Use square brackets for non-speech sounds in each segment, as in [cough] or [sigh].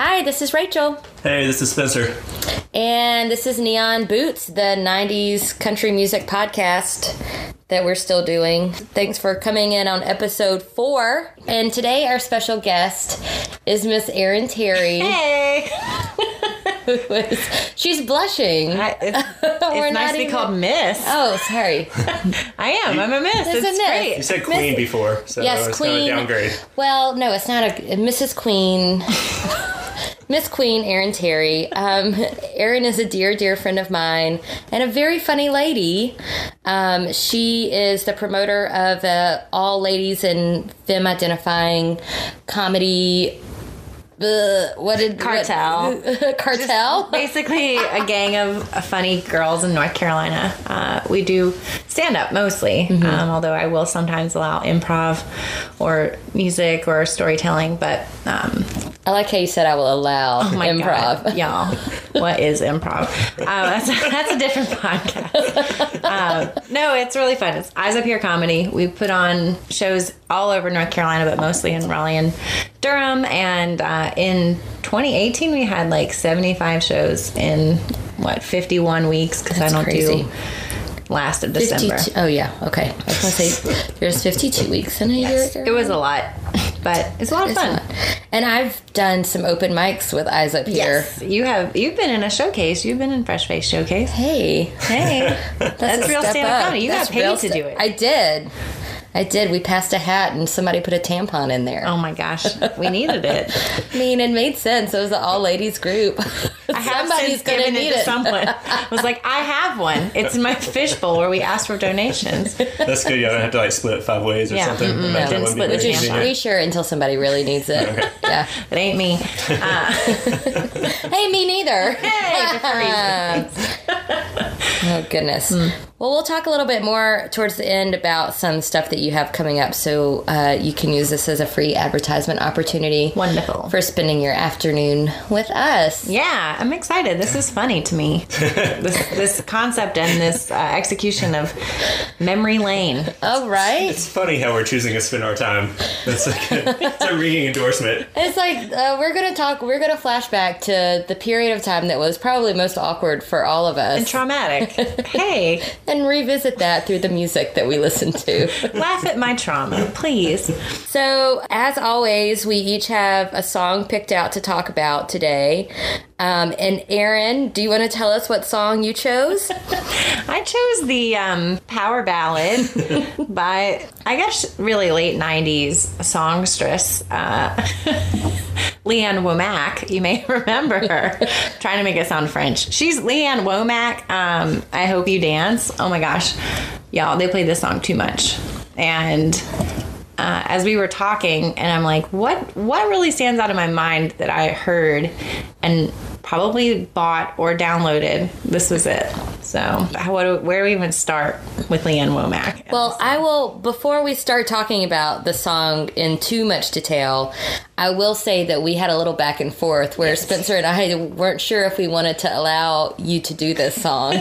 Hi, this is Rachel. Hey, this is Spencer. And this is Neon Boots, the 90s country music podcast that we're still doing. Thanks for coming in on episode four. And today, our special guest is Miss Erin [laughs] Terry. Hey! who is- She's blushing. I, it's [laughs] We're it's nice not to be even- called Miss. Oh, sorry. I am. I'm a Miss. There's It's, a Miss. You great. said Queen Miss- before, so Yes, it's Queen. kind of a downgrade. Well, no, it's not a Mrs. Queen. [laughs] Miss Queen, Erin Terry. Um, Erin is a dear, dear friend of mine and a very funny lady. Um, she is the promoter of uh, all ladies and femme identifying comedy. Uh, what did Cartel. What, [laughs] cartel. Basically, a gang of uh, funny girls in North Carolina. Uh, we do stand up mostly, Mm-hmm. um, although I will sometimes allow improv or music or storytelling. But um, I like how you said I will allow Oh my improv. God, y'all. What is improv? [laughs] Um, that's, that's a different podcast. Um, no, it's really fun. It's Eyes Up Here comedy. We put on shows all over North Carolina, but mostly in Raleigh and Durham. And uh, in 2018, we had like 75 shows in what 51 weeks because I That's don't crazy. do last of December. 52 Oh yeah, okay. I was gonna say there's 52 weeks in a year. It was a lot, but it's a lot of It's fun. not. And I've done some open mics with Eyes Up Here. Yes, you have. You've been in a showcase. You've been in Fresh Face Showcase. [laughs] Hey, [laughs] Hey, that's, a real step stand-up up. comedy. You got That's paid real to sta- do it. I did. I did. We passed a hat and somebody put a tampon in there. Oh my gosh, we needed it. I mean, it made sense. It was an all ladies group. [laughs] I have Somebody's since gonna given need it to it. someone. I was like, I have one. It's in my fishbowl where we ask for donations. That's good. You don't have to like split it five ways or Yeah, something. mm-mm, Imagine it no. would be Split the very jam convenient. We share until somebody really needs it. Yeah. It ain't me. Hey, me [laughs] neither. Hey, for Oh goodness. Well, we'll talk a little bit more towards the end about some stuff that you have coming up, so uh, you can use this as a free advertisement opportunity. Wonderful. for spending your afternoon with us. Yeah, I'm excited. This is funny to me. This, this concept and this uh, execution of memory lane. Oh, right. It's funny how we're choosing to spend our time. That's like a, it's a ringing endorsement. It's like uh, we're going to talk, we're going to flash back to the period of time that was probably most awkward for all of us and Traumatic. Hey, and revisit that through the music that we listen [laughs] to. laugh at my trauma, please. So, as always, we each have a song picked out to talk about today. Um, and Erin, do you want to tell us what song you chose? I chose the um, power ballad by, I guess, really late 90s songstress, uh, [laughs] Leanne Womack. You may [laughs] remember her. Trying to make it sound French. She's Leanne Womack. Um, I Hope You Dance. Oh my gosh. Y'all, they played this song too much. And uh, as we were talking and i'm like what what really stands out in my mind that i heard and probably bought or downloaded this was it so how, what, do- where do we even start with leanne womack Well, I will, before we start talking about the song in too much detail, I will say that we had a little back and forth where Spencer and I weren't sure if we wanted to allow you to do this [laughs] song.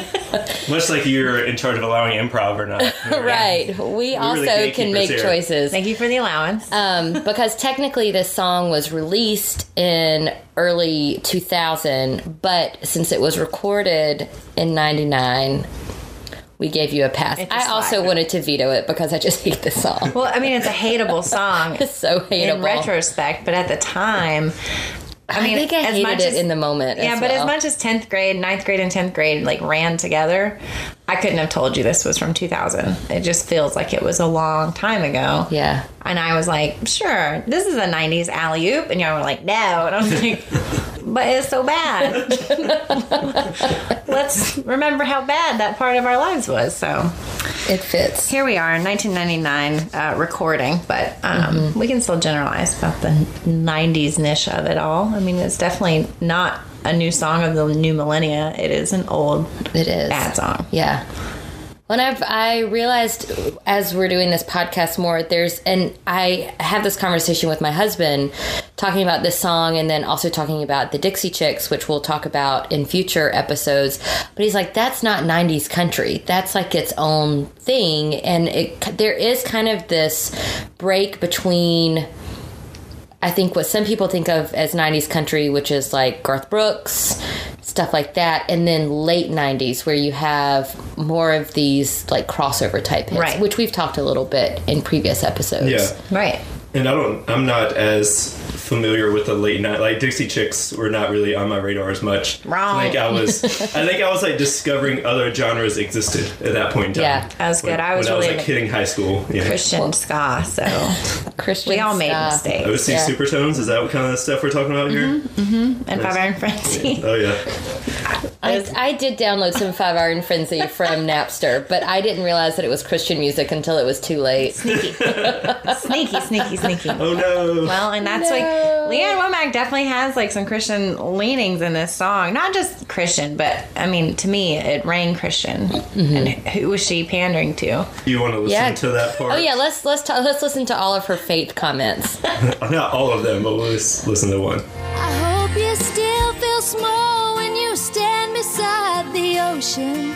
Much like you're in charge of allowing improv or not. right. We also can gatekeepers make here. choices. thank you for the allowance Um, because technically, this song was released in early 2000, but since it was recorded in 99, we gave you a pass. It's a I also slide. wanted to veto it because I just hate this song. [laughs] well i mean it's a hateable song It's so hateable. in retrospect but at the time i mean I think I as much hated it as in the moment. yeah, as but as well. much as 10th grade, 9th grade, and 10th grade like ran together, I couldn't have told you this was from 2000. It just feels like it was a long time ago. Yeah. And I was like, sure, this is a 90s alley oop. And y'all were like, no. And I was [laughs] like, but it's so bad. [laughs] Let's remember how bad that part of our lives was. So It fits. here we are in 1999 uh, recording, but um, Mm-hmm. we can still generalize about the 90s niche of it all. I mean, it's definitely not a new song of the new millennia, it is an old It is. bad song. Yeah. When I've I realized as we're doing this podcast more, there's and I have this conversation with my husband talking about this song and then also talking about the Dixie Chicks, which we'll talk about in future episodes. But he's like, that's not '90s country. That's like its own thing, and it there is kind of this break between I think what some people think of as 90s country, which is like Garth Brooks, stuff like that, and then late 90s, where you have more of these like crossover type hits, Right. which we've talked a little bit in previous episodes. Yeah. Right. And I don't. I'm not as familiar with the late night. Like Dixie Chicks were not really on my radar as much. Wrong. Like I [laughs] was. I think I was like discovering other genres existed at that point. In time. Yeah. That was good. When- I was when really I was like hitting high school. Yeah. Christian ska, [laughs] so Christian we all made stuff. mistakes. OC Yeah. Supertones. Is that what kind of stuff we're talking about here? Mm-hmm. And Five Iron Frenzy. Oh [laughs] yeah. I, I did download some Five Iron Frenzy from Napster, but I didn't realize that it was Christian music until it was too late. [laughs] sneaky, sneaky, sneaky. Oh no. Well, and that's like No. Leanne Womack definitely has like some Christian leanings in this song. Not just Christian, but I mean, to me, it rang Christian. Mm-hmm. And who was she pandering to? you want to listen Yeah. to that part? Oh yeah, let's let's ta- let's listen to all of her faith comments. Oh, Not all of them, but we'll just listen to one. I hope you still feel small when you stand beside the ocean.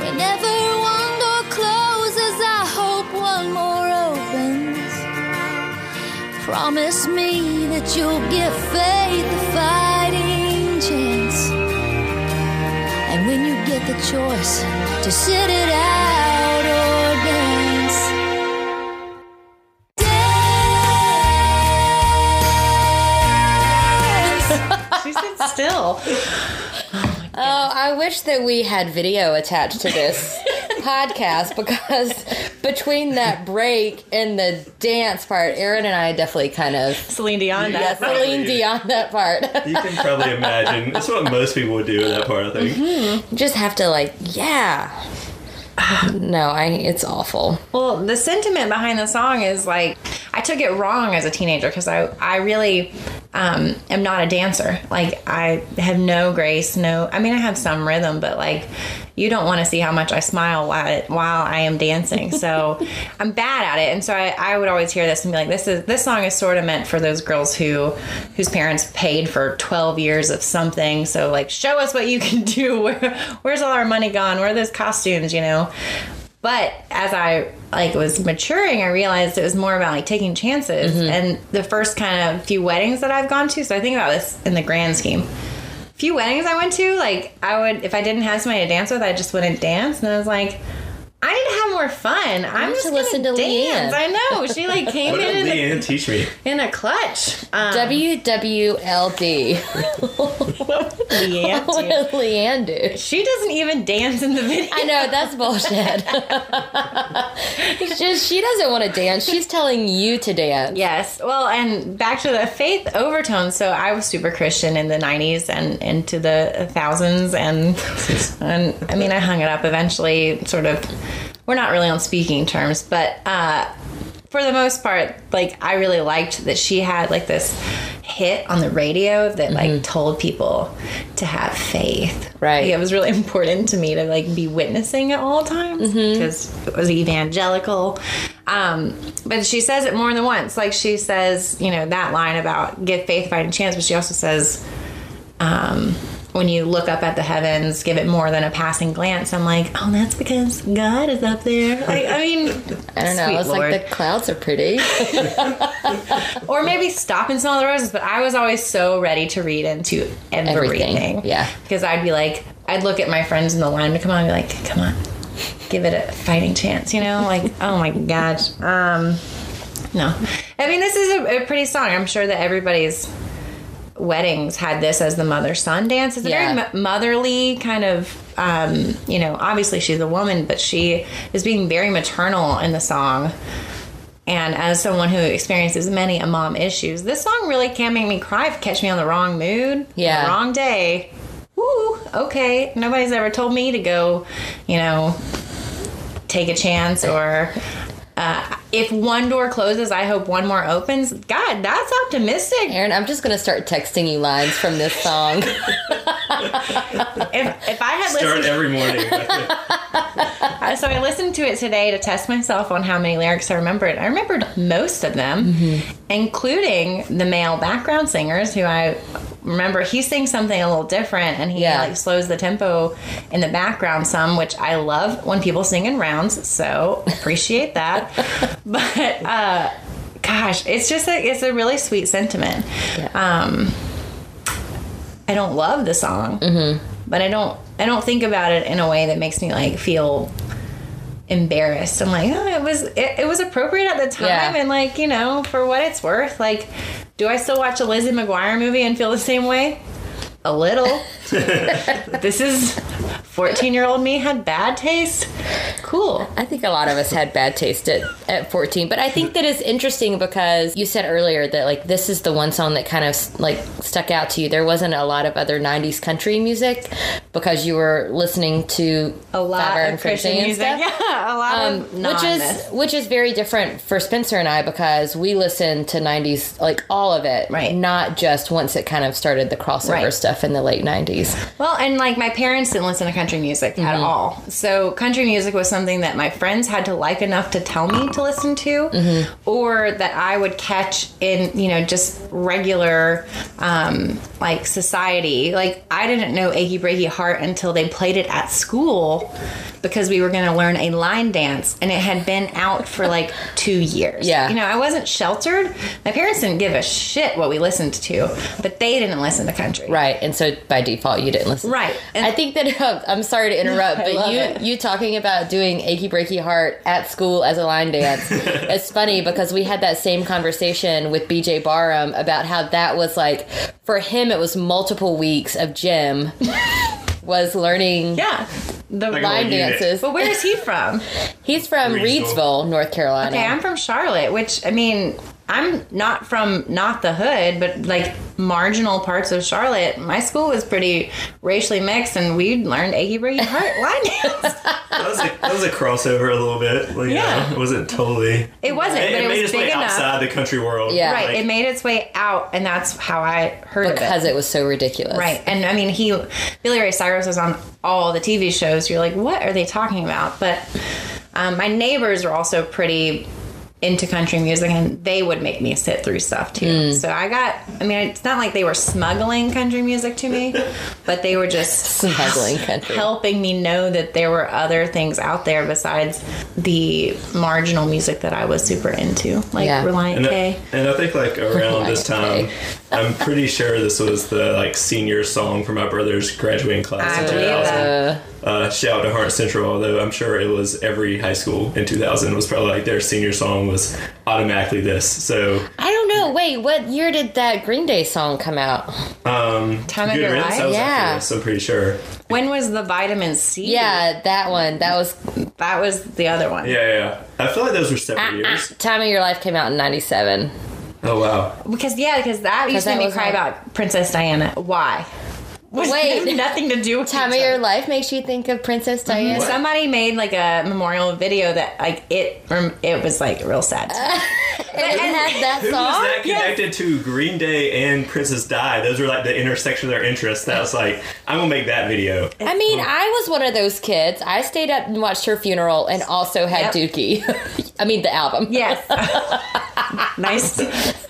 Whenever one door closes, I hope one more opens. Promise me that you'll give faith a fighting chance. And when you get the choice to sit it out or dance. Dance. She said still. Oh, I wish that we had video attached to [laughs] this podcast because between that break and the dance part, Erin and I definitely kind of Celine Dion. yeah, That's Celine Dion that part. [laughs] You can probably [laughs] imagine. That's what most people would do at that part, I think. Mm-hmm. Just have to like, yeah. No, I it's awful. Well, the sentiment behind the song is like I took it wrong as a teenager because I I really um, am not a dancer. Like I have no grace, no. I mean, I have some rhythm, but like you don't want to see how much I smile while while I am dancing. So I'm bad at it, and so I, I would always hear this and be like, this is this song is sort of meant for those girls who whose parents paid for 12 years of something. So like, show us what you can do. [laughs] Where where's all our money gone? Where are those costumes? You know. But as I like was maturing, I realized it was more about like taking chances. Mm-hmm. And the first kind of few weddings that I've gone to, so I think about this in the grand scheme. Few weddings I went to, like I would if I didn't have somebody to dance with, I just wouldn't dance. And I was like, I need to have more fun. I'm need just to gonna listen to dance. Leanne. I know she [laughs] like came What did in in Leanne teach me? a, in a clutch. [laughs] Um, WWLD. Leanne, What dude. did Leanne do? she doesn't even dance in the video. I know that's bullshit. [laughs] It's just she doesn't want to dance. She's telling you to dance. Yes. Well, and back to the faith overtone. So I was super Christian in the 90s and into the thousands. And, and I mean, I hung it up eventually, sort of. We're not really on speaking terms, but uh, for the most part, like, I really liked that she had, like, this hit on the radio that, like, told people to have faith. Right. Like, it was really [laughs] important to me to, like, be witnessing at all times because it was evangelical. Um, but she says it more than once. Like she says, you know, that line about give faith fighting chance, but she also says, um, when you look up at the heavens, give it more than a passing glance. I'm like, oh, that's because God is up there. Like, I mean, I don't know. Sweet it's Lord. like the clouds are pretty. or maybe stop and smell the roses. But I was always so ready to read into everything. Everything, yeah. Because I'd be like, I'd look at my friends in the line to come on and be like, come on, give it a fighting chance, you know? Like, [laughs] oh my gosh. Um, no. I mean, this is a, a pretty song. I'm sure that everybody's weddings had this as the mother son dance. It's a Yeah. very m- motherly kind of. Um, you know, obviously she's a woman, but she is being very maternal in the song. And as someone who experiences many a mom issues, this song really can make me cry if it catch me on the wrong mood, Yeah. the wrong day. Woo, okay. Nobody's ever told me to go, you know, take a chance or uh, if one door closes, I hope one more opens. God, that's optimistic. Aaron, I'm just gonna start texting you lines from this [laughs] song. If, if I had Start listened, every morning. uh, so I listened to it today to test myself on how many lyrics I remembered. I remembered most of them, including the male background singers who I remember. He sings something a little different, and he Yeah. like slows the tempo in the background some, which I love when people sing in rounds. So appreciate that, but. uh gosh, it's just a, it's a really sweet sentiment. Yeah. Um, I don't love the song, Mm-hmm. but I don't I don't think about it in a way that makes me like feel embarrassed. I'm like, oh, it was it, it was appropriate at the time, Yeah. and like you know, for what it's worth, like, do I still watch a Lizzie McGuire movie and feel the same way? [laughs] A little. this is 14 year old me had bad taste. Cool. I think a lot of us had bad taste at, at 14, but I think that it's interesting because you said earlier that like this is the one song that kind of like stuck out to you. There wasn't a lot of other 90s country music because you were listening to A lot Father of and Christian Christian music. stuff. [laughs] Yeah, a lot Um, of which is which is very different for Spencer and I because we listened to '90s like all of it, Right. Not just once it kind of started the crossover Right. stuff in the late '90s. Well, and like my parents didn't listen to country music at Mm-hmm. all. So country music was something that my friends had to like enough to tell me to listen to, Mm-hmm. or that I would catch in you know just regular um, like society. Like I didn't know "Achy Breaky Heart" until they played it at school because we were going to learn a line dance, and it had been out for [laughs] like two years. Yeah. you know I wasn't sheltered. My parents didn't give a shit what we listened to, but they didn't listen to country. Right, and so by default, you didn't listen. Right, and- I think that [laughs] I'm sorry to interrupt, [laughs] I but love you it. you talking about doing achy breaky heart at school as a line [laughs] dance. it's funny because we had that same conversation with BJ Barham about how that was like for him. It was multiple weeks of [laughs] Jim was learning Yeah. The Like a line whole unit. dances. But where is he from? He's from Reedsville. Reedsville, North Carolina. Okay, I'm from Charlotte, which I mean, I'm not from not the hood, but like marginal parts of Charlotte. My school was pretty racially mixed, and we learned achy breaky heart line dance. That was, a, that was a crossover a little bit. Like, Yeah. yeah. it wasn't totally. It wasn't, It, but it it, made was its big way enough. outside the country world. Yeah. Right, Like, it made its way out, and that's how I heard of it. Because it was so ridiculous. Right. And I mean, he, Billy Ray Cyrus is on all the TV shows. You're like, what are they talking about? But um, my neighbors are also pretty into country music and they would make me sit through stuff too. Hmm. So I got, I mean, it's not like they were smuggling country music to me, but they were just [laughs] Smuggling country. helping me know that there were other things out there besides the marginal music that I was super into, like Yeah. Reliant And, K. I, and I think like around this time, Okay. I'm pretty sure this was the like senior song for my brother's graduating class I in believe 2000. that. Uh, Uh, shout out to Heart Central, although I'm sure it was every high school in 2000 was probably like their senior song was automatically this. So I don't know. Wait, what year did that Green Day song come out? Time of um, good Your riddance. I Life. was Yeah. after this, I'm pretty sure. When was the vitamin C? Yeah, that one. That was That was the other one. Yeah, yeah. I feel like those were Ah, separate years. Time of Your Life came out in 97. Oh wow. Because yeah, because that used to that make me was cry my- about Princess Diana. Why? [laughs] Which Wait. has nothing to do with Time of each Your other. Life makes you think of Princess Diana. Somebody made like a memorial video that like it rem- it was like real sad. [laughs] And it [laughs] had that Who was song. that connected to Green Day and Princess Di? Those were like the intersection of their interests. That was like, I'm gonna make that video. I mean, I was one of those kids. I stayed up and watched her funeral and also had Yep. Dookie. [laughs] I mean, the album. yes. [laughs] nice.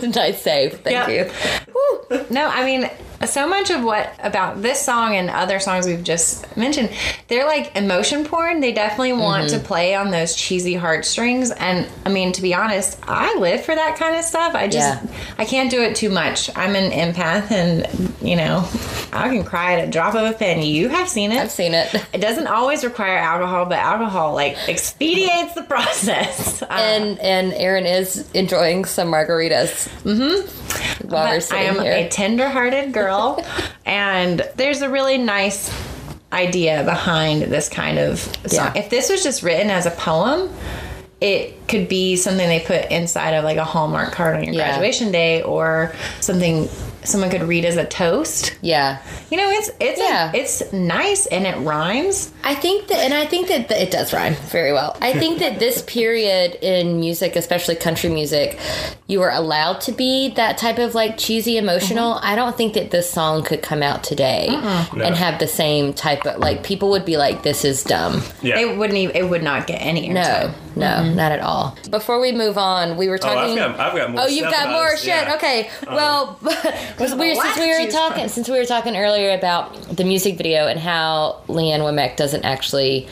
nice save. Thank Yeah. you. Whew. No, I mean so much of what about this song and other songs we've just mentioned, they're like emotion porn. They definitely want Mm-hmm. to play on those cheesy heartstrings. And I mean, to be honest, I live for that kind of stuff. I just Yeah. I can't do it too much. I'm an empath, and you know, I can cry at a drop of a pin. You have seen it. I've seen it. it doesn't always require alcohol, but alcohol like expedites the process. Uh, and and Erin is enjoying some margaritas. Mm-hmm. While we're But I sitting am here, a tender-hearted girl, [laughs] and there's a really nice idea behind this kind of song. Yeah. If this was just written as a poem, it could be something they put inside of like a Hallmark card on your Yeah. graduation day, or something someone could read as a toast. yeah. You know, it's it's Yeah. a, it's nice and it rhymes. I think that, and I think that th- it does rhyme very well. I think that [laughs] this period in music, especially country music, you were allowed to be that type of like cheesy emotional. I don't think that this song could come out today Mm-hmm. No. and have the same type of like people would be like, "This is dumb." Yeah. It wouldn't even, it would not get any No, airtime. no, not at all. Before we move on, we were Mm-hmm. Oh, talking. I've got, I've got more. Oh, you've stuff got about more this, shit. yeah. Um, Okay. [laughs] Well, [laughs] because we, a lot since we to were choose talking, since we were talking earlier about the music video and how Leanne Womack doesn't actually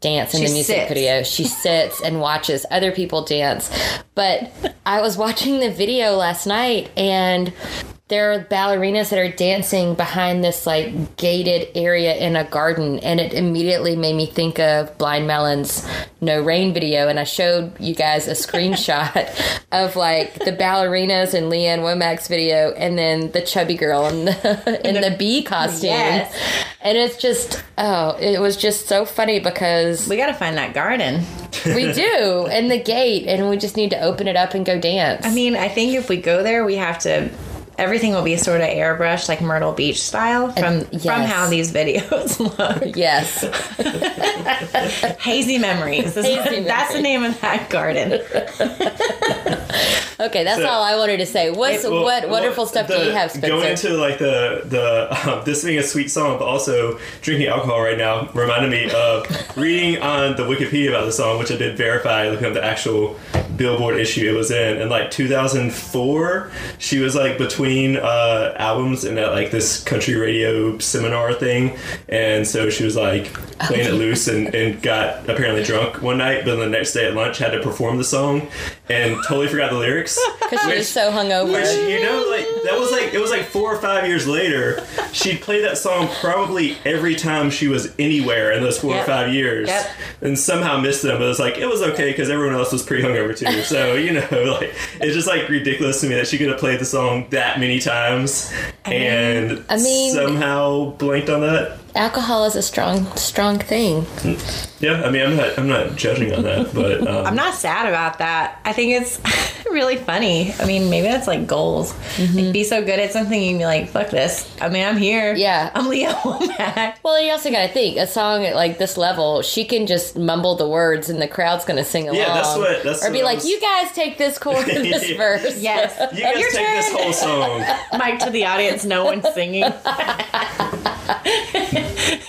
dance in She the music sits. video. She sits and watches other people dance. But I was watching the video last night and there are ballerinas that are dancing behind this like gated area in a garden and it immediately made me think of Blind Melon's No Rain video and I showed you guys a [laughs] screenshot of like the ballerinas in Leanne Womack's video and then the chubby girl in [laughs] the in the bee costume. Yes. And it's just oh, it was just so funny because We got to find that garden. [laughs] we do and the gate and we just need to open it up and go dance. I mean, I think if we go there, we have to. Everything will be sort of airbrushed, like Myrtle Beach style, from yes. from how these videos [laughs] look. yes. [laughs] Hazy memories. is- Hazy That's the name of that garden. Okay, that's So- all I wanted to say. What's Well, what well, wonderful stuff do you the- have, Spencer? Going into like the the um, this being a sweet song, but also drinking alcohol right now reminded me of [laughs] reading on the Wikipedia about the song, which I did verify looking up the actual Billboard issue it was in. In like 2004, she was like between uh, albums and at like this country radio seminar thing, and so she was like playing Oh. it loose and, and got apparently drunk one night, but then the next day at lunch had to perform the song and totally forgot the [laughs] lyrics. Because she was so hungover. Which you know, like that was like it was like four or five years later. She'd play that song probably every time she was anywhere in those four Yep. or five years, Yep. and somehow missed them. But it's like it was okay because everyone else was pretty hungover [laughs] too. So you know, like it's just like ridiculous to me that she could have played the song that many times and I mean- somehow blanked on that. Alcohol is a strong, strong thing. Yeah, I mean, I'm not I'm not judging on that, [laughs] but um, I'm not sad about that. I think it's [laughs] really funny. I mean, maybe that's like goals. Like, be so good at something, you can be like, fuck this. I mean, I'm here. Yeah. I'm [laughs] Leah Womack. Well, you also got to think a song at like this level, she can just mumble the words and the crowd's going to sing along. Yeah, that's what- that's or be what I like, was- "You guys take this chord and this [laughs] Yeah. verse." Yes. you guys Your take this turn. whole [laughs] song. Mic to the audience, no one's singing.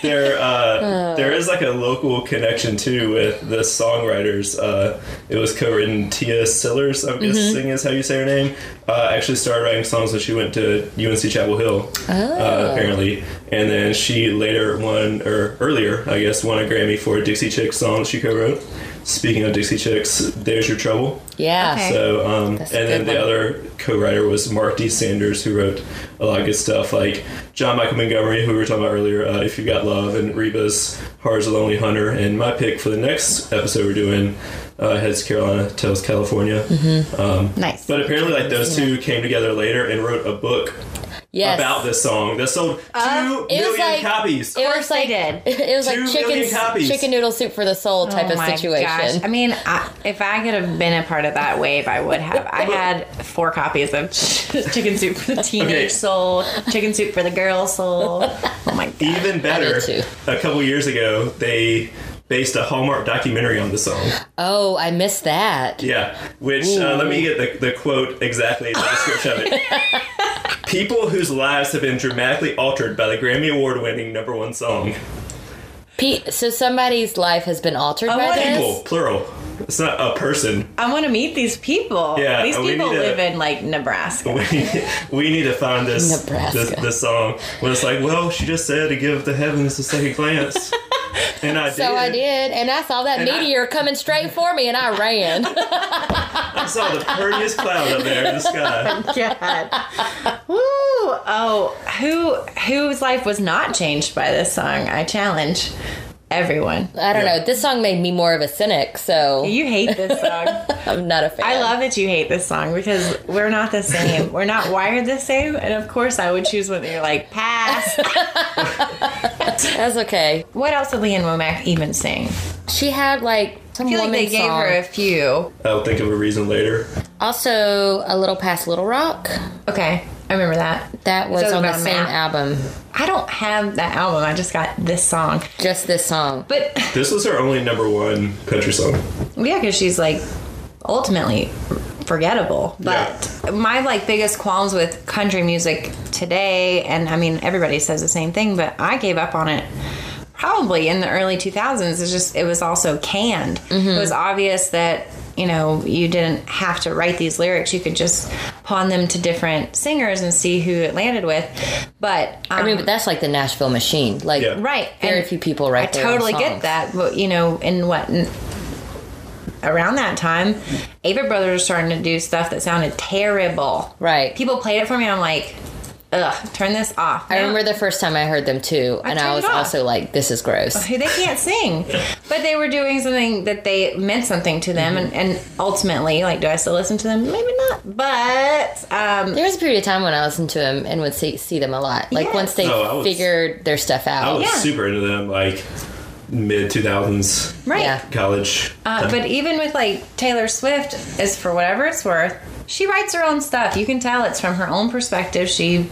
there uh, there is like a local connection too with the songwriters. Uh, it was co-written Tia Sillers, I'm guessing is how you say her name. Uh, actually started writing songs when she went to UNC Chapel Hill, uh, apparently, and then she later won or earlier, I guess, won a Grammy for a Dixie Chicks song she co-wrote. Speaking of Dixie Chicks, there's your trouble. Yeah. Okay. So, um, and a then good the one. other co-writer was Mark D. Sanders, who wrote a lot of good stuff, like John Michael Montgomery, who we were talking about earlier, uh, "If You Got Love," and Reba's "Hard as a Lonely Hunter." And my pick for the next episode we're doing uh, heads Carolina, tails California. [laughs] Mm-hmm. nice. But apparently, like those two came together later and wrote a book Yes. Uh, [laughs] about this song that sold two million It was like copies. It course was they like did. it was Two like million chicken copies. chicken noodle soup for the soul type Oh of my situation. Gosh. I mean, I, if I could have been a part of that wave, I would have. I had four copies of [laughs] Chicken Soup for the Teenage Okay. Soul, Chicken Soup for the [laughs] Girl Soul. Oh my god! Even better, too. a couple years ago, they based a Hallmark documentary on the song. oh, I missed that. Yeah, which uh, let me get the, the quote exactly, the description of it. [laughs] People whose lives have been dramatically altered by the Grammy Award winning number one song. Pete, so somebody's life has been altered I by want this. People, plural. It's not a person. [laughs] I want to meet these people. Yeah, these we people need to- live in like Nebraska. [laughs] We, we need to find this, Nebraska. this this song when it's like, well, she just said to give the heavens a [laughs] second glance, and I So did. I did, and I saw that And I- meteor coming straight for me, and [laughs] I ran. I saw the prettiest cloud up there in [laughs] the sky. God. Woo! Oh, who whose life was not changed by this song? I challenge everyone. I don't Yeah. know. This song made me more of a cynic, so You hate this song. [laughs] I'm not a fan. I love that you hate this song because we're not the same. We're not wired the same. And of course, I would choose one that you're like, pass. That's okay. what else did Leanne Womack even sing? She had like some I feel like woman they gave song. her a few. I'll think of a reason later. also, a little past Little Rock. Okay, I remember that. That was So on the about a same map. album. I don't have that album. I just got this song. Just this song. But This was her only number one country song. yeah, because she's like ultimately forgettable. But my like biggest qualms with country music today, and I mean everybody says the same thing, but I gave up on it Mm-hmm. probably in the early 2000s. It's just it was also canned. It was obvious that you know, you didn't have to write these lyrics. You could just pawn them to different singers and see who it landed with. But um, I mean, but that's like the Nashville Machine. Like, Yeah. right, Very and few people write. I their own totally get songs. that, but you know, in what in, around that time, Ava Brothers were starting to do stuff that sounded terrible. Right. People played it for me. I'm like, ugh, turn this off. I remember the first time I heard them too, and turned I was it off. also like, "This is gross." Who they can't sing, but they were doing something that they meant something to them, Mm-hmm. and, and ultimately, like, do I still listen to them? Maybe not, but um, There was a period of time when I listened to them and would see, see them a lot. Like Yes. once they Oh, I was- figured their stuff I out. was Yeah. super into them, like mid two thousands right. Yeah. college. Uh, but even with like Taylor Swift, is for whatever it's worth, she writes her own stuff. You can tell it's from her own perspective. She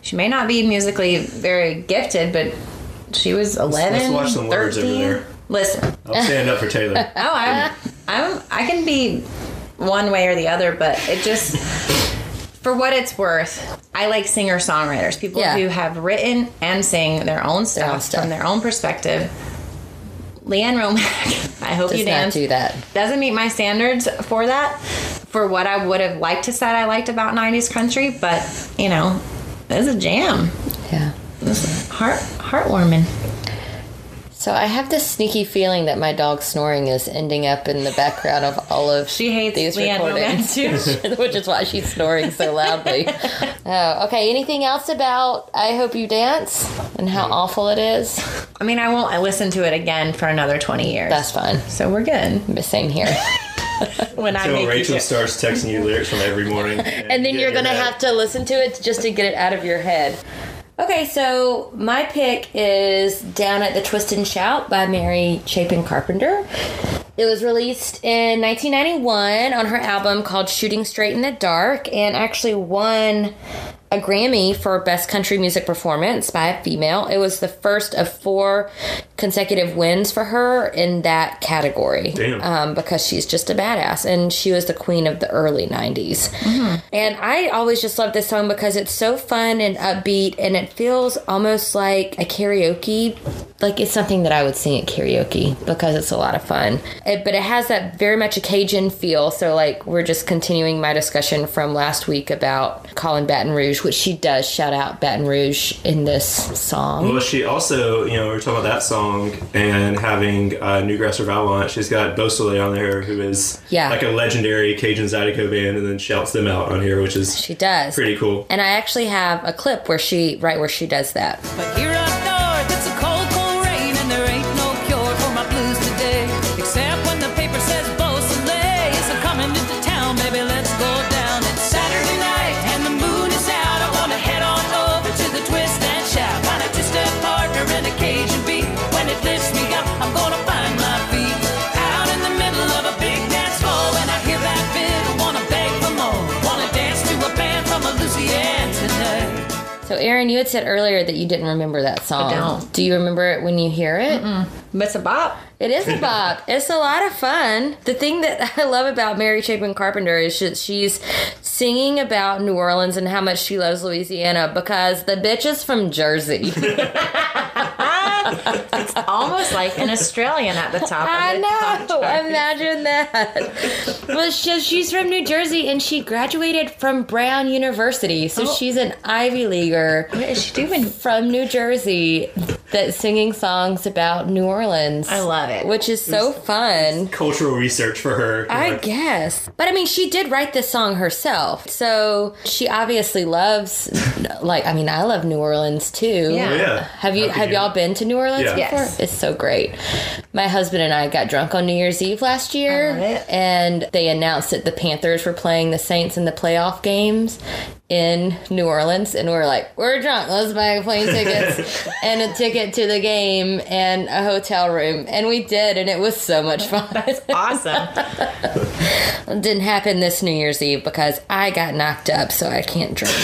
she may not be musically very gifted, but she was 11, let's watch some words over 13. there. Listen, I'll stand up for Taylor. oh, I'm, I'm I can be one way or the other, but it just for what it's worth, I like singer songwriters, people Yeah. who have written and sing their own stuff, own stuff. from their own perspective. Leanne Romack, [laughs] I hope Does you not dance do that. doesn't meet my standards for that for what i would have liked to said i liked about 90s country but you know it's a jam Yeah. heart heartwarming So I have this sneaky feeling that my dog snoring is ending up in the background of all of she hates these Leanne recordings, [laughs] Romack, too. which is why she's snoring so [laughs] loudly. oh, okay. Anything else about "I Hope You Dance" and how awful it is? i mean i won't listen to it again for another 20 years That's fine. so we're good Same here. when i So make Rachel you do- starts texting you lyrics from every [laughs] morning, and then you're gonna have to listen to it just to get it out of your head. Okay, so my pick is Down at the Twist and Shout by Mary Chapin Carpenter. It was released in 1991 on her album called Shooting Straight in the Dark and actually won a Grammy for Best Country Music Performance by a Female. It was the first of four consecutive wins for her in that category Damn. um, because she's just a badass and she was the queen of the early 90s. Mm-hmm. And I always just love this song because it's so fun and upbeat and it feels almost like a karaoke. Like it's something that I would sing at karaoke because it's a lot of fun. It, but it has that very much a Cajun feel. So, like, we're just continuing my discussion from last week about calling Baton Rouge, which she does shout out Baton Rouge in this song. Well, she also, you know, we were talking about that song and having uh, Newgrass Revival on it. She's got Bo Soleil on there, who is Yeah. like a legendary Cajun Zydeco band, and then shouts them out on here, which is She does. pretty cool. And I actually have a clip where she, right where she does that. But here up north, it's a cold, cold rain, and there ain't no cure for my blues today. Except when the paper says Beausoleil is a coming into town, baby, let's go down. It's Saturday night, and the moon is out. I wanna head on over to the twist and shout. Find a twisted partner and a Cajun beat. When it lifts me up, I'm gonna find my feet. Out in the middle of a big dance floor, and I hear that fiddle, wanna beg for more. Wanna dance to a band from a Louisiana tonight. So, Aaron, you had said earlier that you didn't remember that song. I don't. Do you remember it when you hear it? but it's a bop It is a bop. it's a lot of fun. The thing that [laughs] I love about Mary Chapin Carpenter is that she's singing about New Orleans and how much she loves Louisiana because the bitch is from [laughs] Jersey. almost like an australian at the top I of it know. Imagine that. well, she, she's from New Jersey and she graduated from Brown University, Oh. so she's an Ivy Leaguer. what is she doing from New Jersey that's singing songs about New Orleans. I love it. Which is so fun. Cultural research for her. I Like, guess. But I mean, she did write this song herself. So she obviously loves, like, I mean, I love New Orleans too. Yeah. yeah. Have you How could have y'all been to New Orleans Yeah. before? Yes. It's so great. My husband and I got drunk on New Year's Eve last year, I love it. and they announced that the Panthers were playing the Saints in the playoff games in New Orleans, and we are like, we're drunk. Let's buy plane tickets [laughs] and a ticket to the game and a hotel room, and we did, and it was so much fun. awesome [laughs] It Didn't happen this New Year's Eve because I got knocked up, so I can't drink.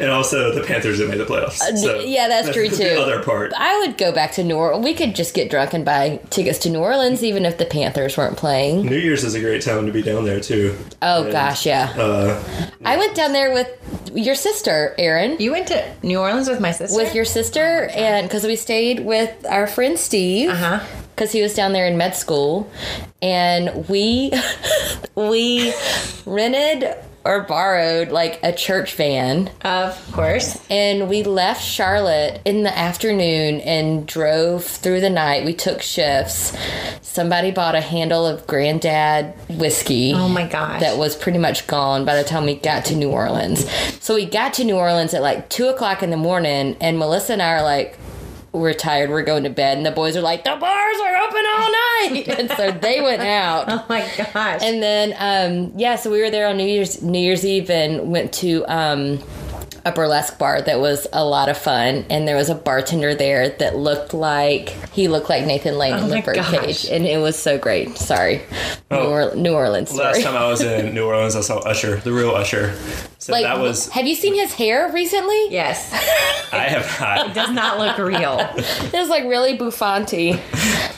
And also the Panthers that made the playoffs. So Uh, yeah, that's true, The too. other part. I would go back to New Orleans. We could just get drunk and buy tickets to New Orleans, even if the Panthers weren't playing. New Year's is a great time to be down there too. Oh And, gosh, yeah. Uh, I went down there with your sister, Erin, you went to new orleans with my sister with your sister, and because we stayed with our friend Steve. uh-huh because he was down there in med school, and we [laughs] we rented or borrowed like a church van Of course. and we left Charlotte in the afternoon and drove through the night. We took shifts. Somebody bought a handle of granddad whiskey. Oh my gosh. That was pretty much gone by the time we got to New Orleans. So we got to New Orleans at like two o'clock in the morning, and Melissa and I are like, we're tired, we're going to bed. And the boys are like, the bars are open all night. [laughs] and so they went out. Oh [laughs] my gosh. And then, um, yeah, so we were there on New Year's New Year's Eve and went to um, a burlesque bar that was a lot of fun. And there was a bartender there that looked like he looked like Nathan Lane in Oh the my birdcage, gosh. and it was so great. Sorry, New, or- New Orleans. Story. Oh, Last time I was [laughs] in New Orleans, I saw Usher, the real Usher. So like, that was have you seen his hair recently? yes. [laughs] I have not. Does not look real. It was like really buffanti.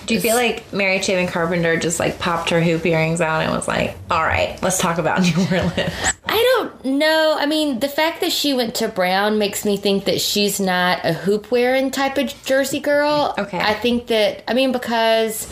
Do you feel like Mary Chapin Carpenter just like popped her hoop earrings out and was like, all right, let's talk about [laughs] New Orleans? I don't know. I mean, the fact that she went to Brown makes me think that she's not a hoop wearing type of Jersey girl. Okay. I think that, I mean, because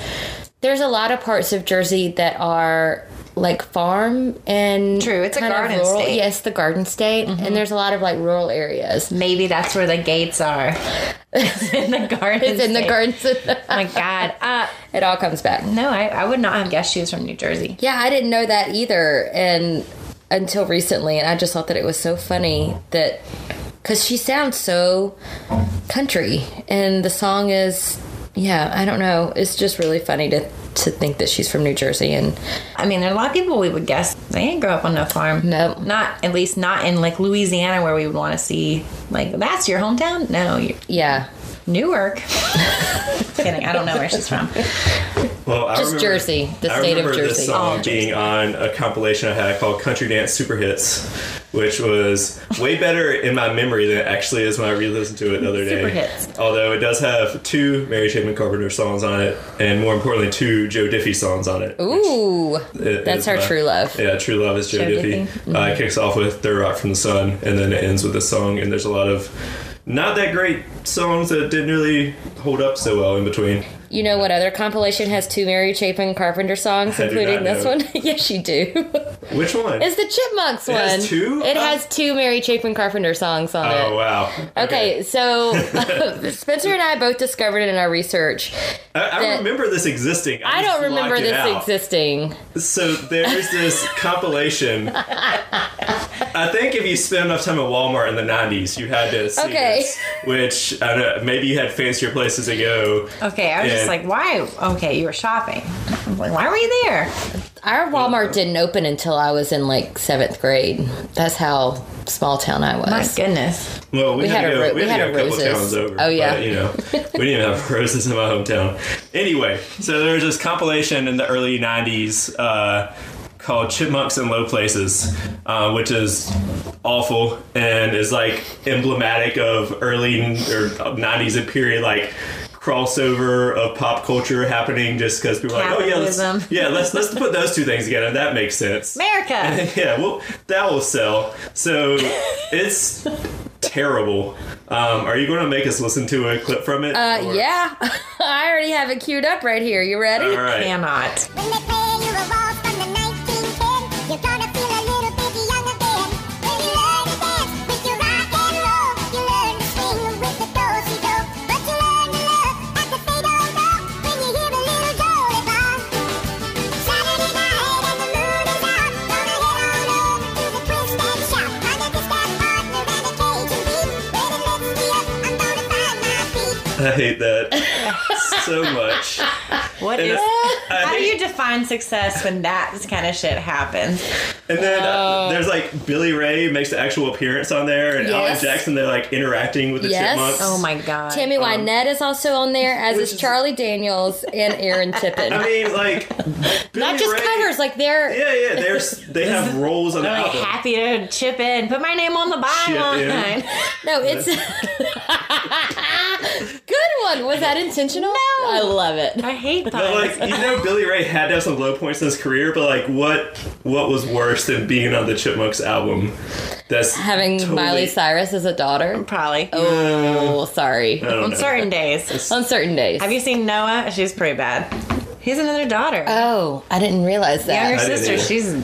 there's a lot of parts of Jersey that are like farm and True, it's a kind of garden rural. state. Mm-hmm. Yes, the garden state. And there's a lot of like rural areas. Maybe that's where the gates are. [laughs] in the garden. It's [laughs] in the state. gardens. Oh [laughs] my God. Uh, it all comes back. no, I, I would not have guessed she was from New Jersey. Yeah, I didn't know that either, and until recently, and I just thought that it was so funny that because she sounds so country, and the song is, yeah, I don't know, it's just really funny to to think that she's from New Jersey, and I mean, there are a lot of people we would guess they ain't grow up on no farm. No. Not, at least not in like Louisiana where we would want to see, like, that's your hometown? No, you yeah, Newark. [laughs] Kidding. I don't know where she's from. Well, I Just remember- Jersey, the I state of remember Jersey. This song Oh, Jersey. being on a compilation I had called Country Dance Super Hits, which was way better in my memory than it actually is when I re-listened to it the other day. Super hits. Although it does have two Mary Chapin Carpenter songs on it, and more importantly, two Joe Diffie songs on it. ooh, It- that's it's our my- true love. Yeah, True Love is Joe, Joe Diffie. Uh, it kicks off with Third Rock from the Sun, and then it ends with this song. And there's a lot of not that great songs that didn't really hold up so well in between. You know what other compilation has two Mary Chapin Carpenter songs, I do including not this know. one? [laughs] yes, you do. [laughs] Which one? it's the Chipmunks one. has two? It has two Mary Chapin Carpenter songs on it. oh wow. Okay, so [laughs] Spencer and I both discovered it in our research. I, I that- remember this existing. I just don't remember blocked it this out. existing. So [laughs] there's this compilation. I think if you spent enough time at Walmart in the '90s, you had to see Okay. this, which I don't know, maybe you had fancier places to go. Okay, I was just Yeah. like, why? Okay, you were shopping. I was like, why were you there? Our Walmart didn't open until I was in like seventh grade. That's how small town I was. My goodness. Well, we, We had, had to a go, ro- we had, to we go a had a couple roses. towns over. Oh, yeah. but, you know, we didn't have [laughs] roses in my hometown. Anyway, so there was this compilation in the early '90s uh, called "Chipmunks in Low Places," uh, which is awful and is like emblematic of early n- or '90s and period like crossover of pop culture happening just because people are like, oh yeah, Capitalism. let's, yeah, let's let's put those two things together. That makes sense. America. [laughs] Yeah, well, that will sell. So it's terrible. Um, are you going to make us listen to a clip from it? Uh, or- yeah, [laughs] I already have it queued up right here. You ready? All right. Cannot. When the trailer revolves from the 1910, you're gonna feel a little bit young again. When you learn to dance with your rock and roll, you learn to swing with the dozy do. But you learn to love at the fade on when you hear the little dolly bomb. Saturday night and the moon is out, gonna head on over to the twist and shout. Under the sky partner and a Cajun beat, when it lifts me up, I'm gonna find my feet. I hate that [laughs] so much. What And is? I- I How do hate- you define success when that kind of shit happens? And then uh, there's like Billy Ray makes the actual appearance on there, and Alan Yes. Jackson. They're like interacting with the Yes. chipmunks. Oh my god. um, Tammy Wynette is also on there, as is Charlie Daniels and [laughs] Aaron Tippin. I mean, like Billy [laughs] Not just Ray, covers, like they're Yeah, yeah. There's they have roles on the I'm like album. happy to chip in. Put my name on the Chip in. byline. no, it's good one. Was that intentional? No. [laughs] I love it. I [laughs] hate But puns. like you know, Billy Ray had to have some low points in his career. But like, what what was worse than being on the Chipmunks album? That's Having totally- Miley Cyrus as a daughter. Probably. Oh, sorry. I don't On know. certain days. On certain days. Have you seen Noah? She's pretty bad. He's another daughter. Oh, I didn't realize that. Younger Is I didn't sister. either. She's.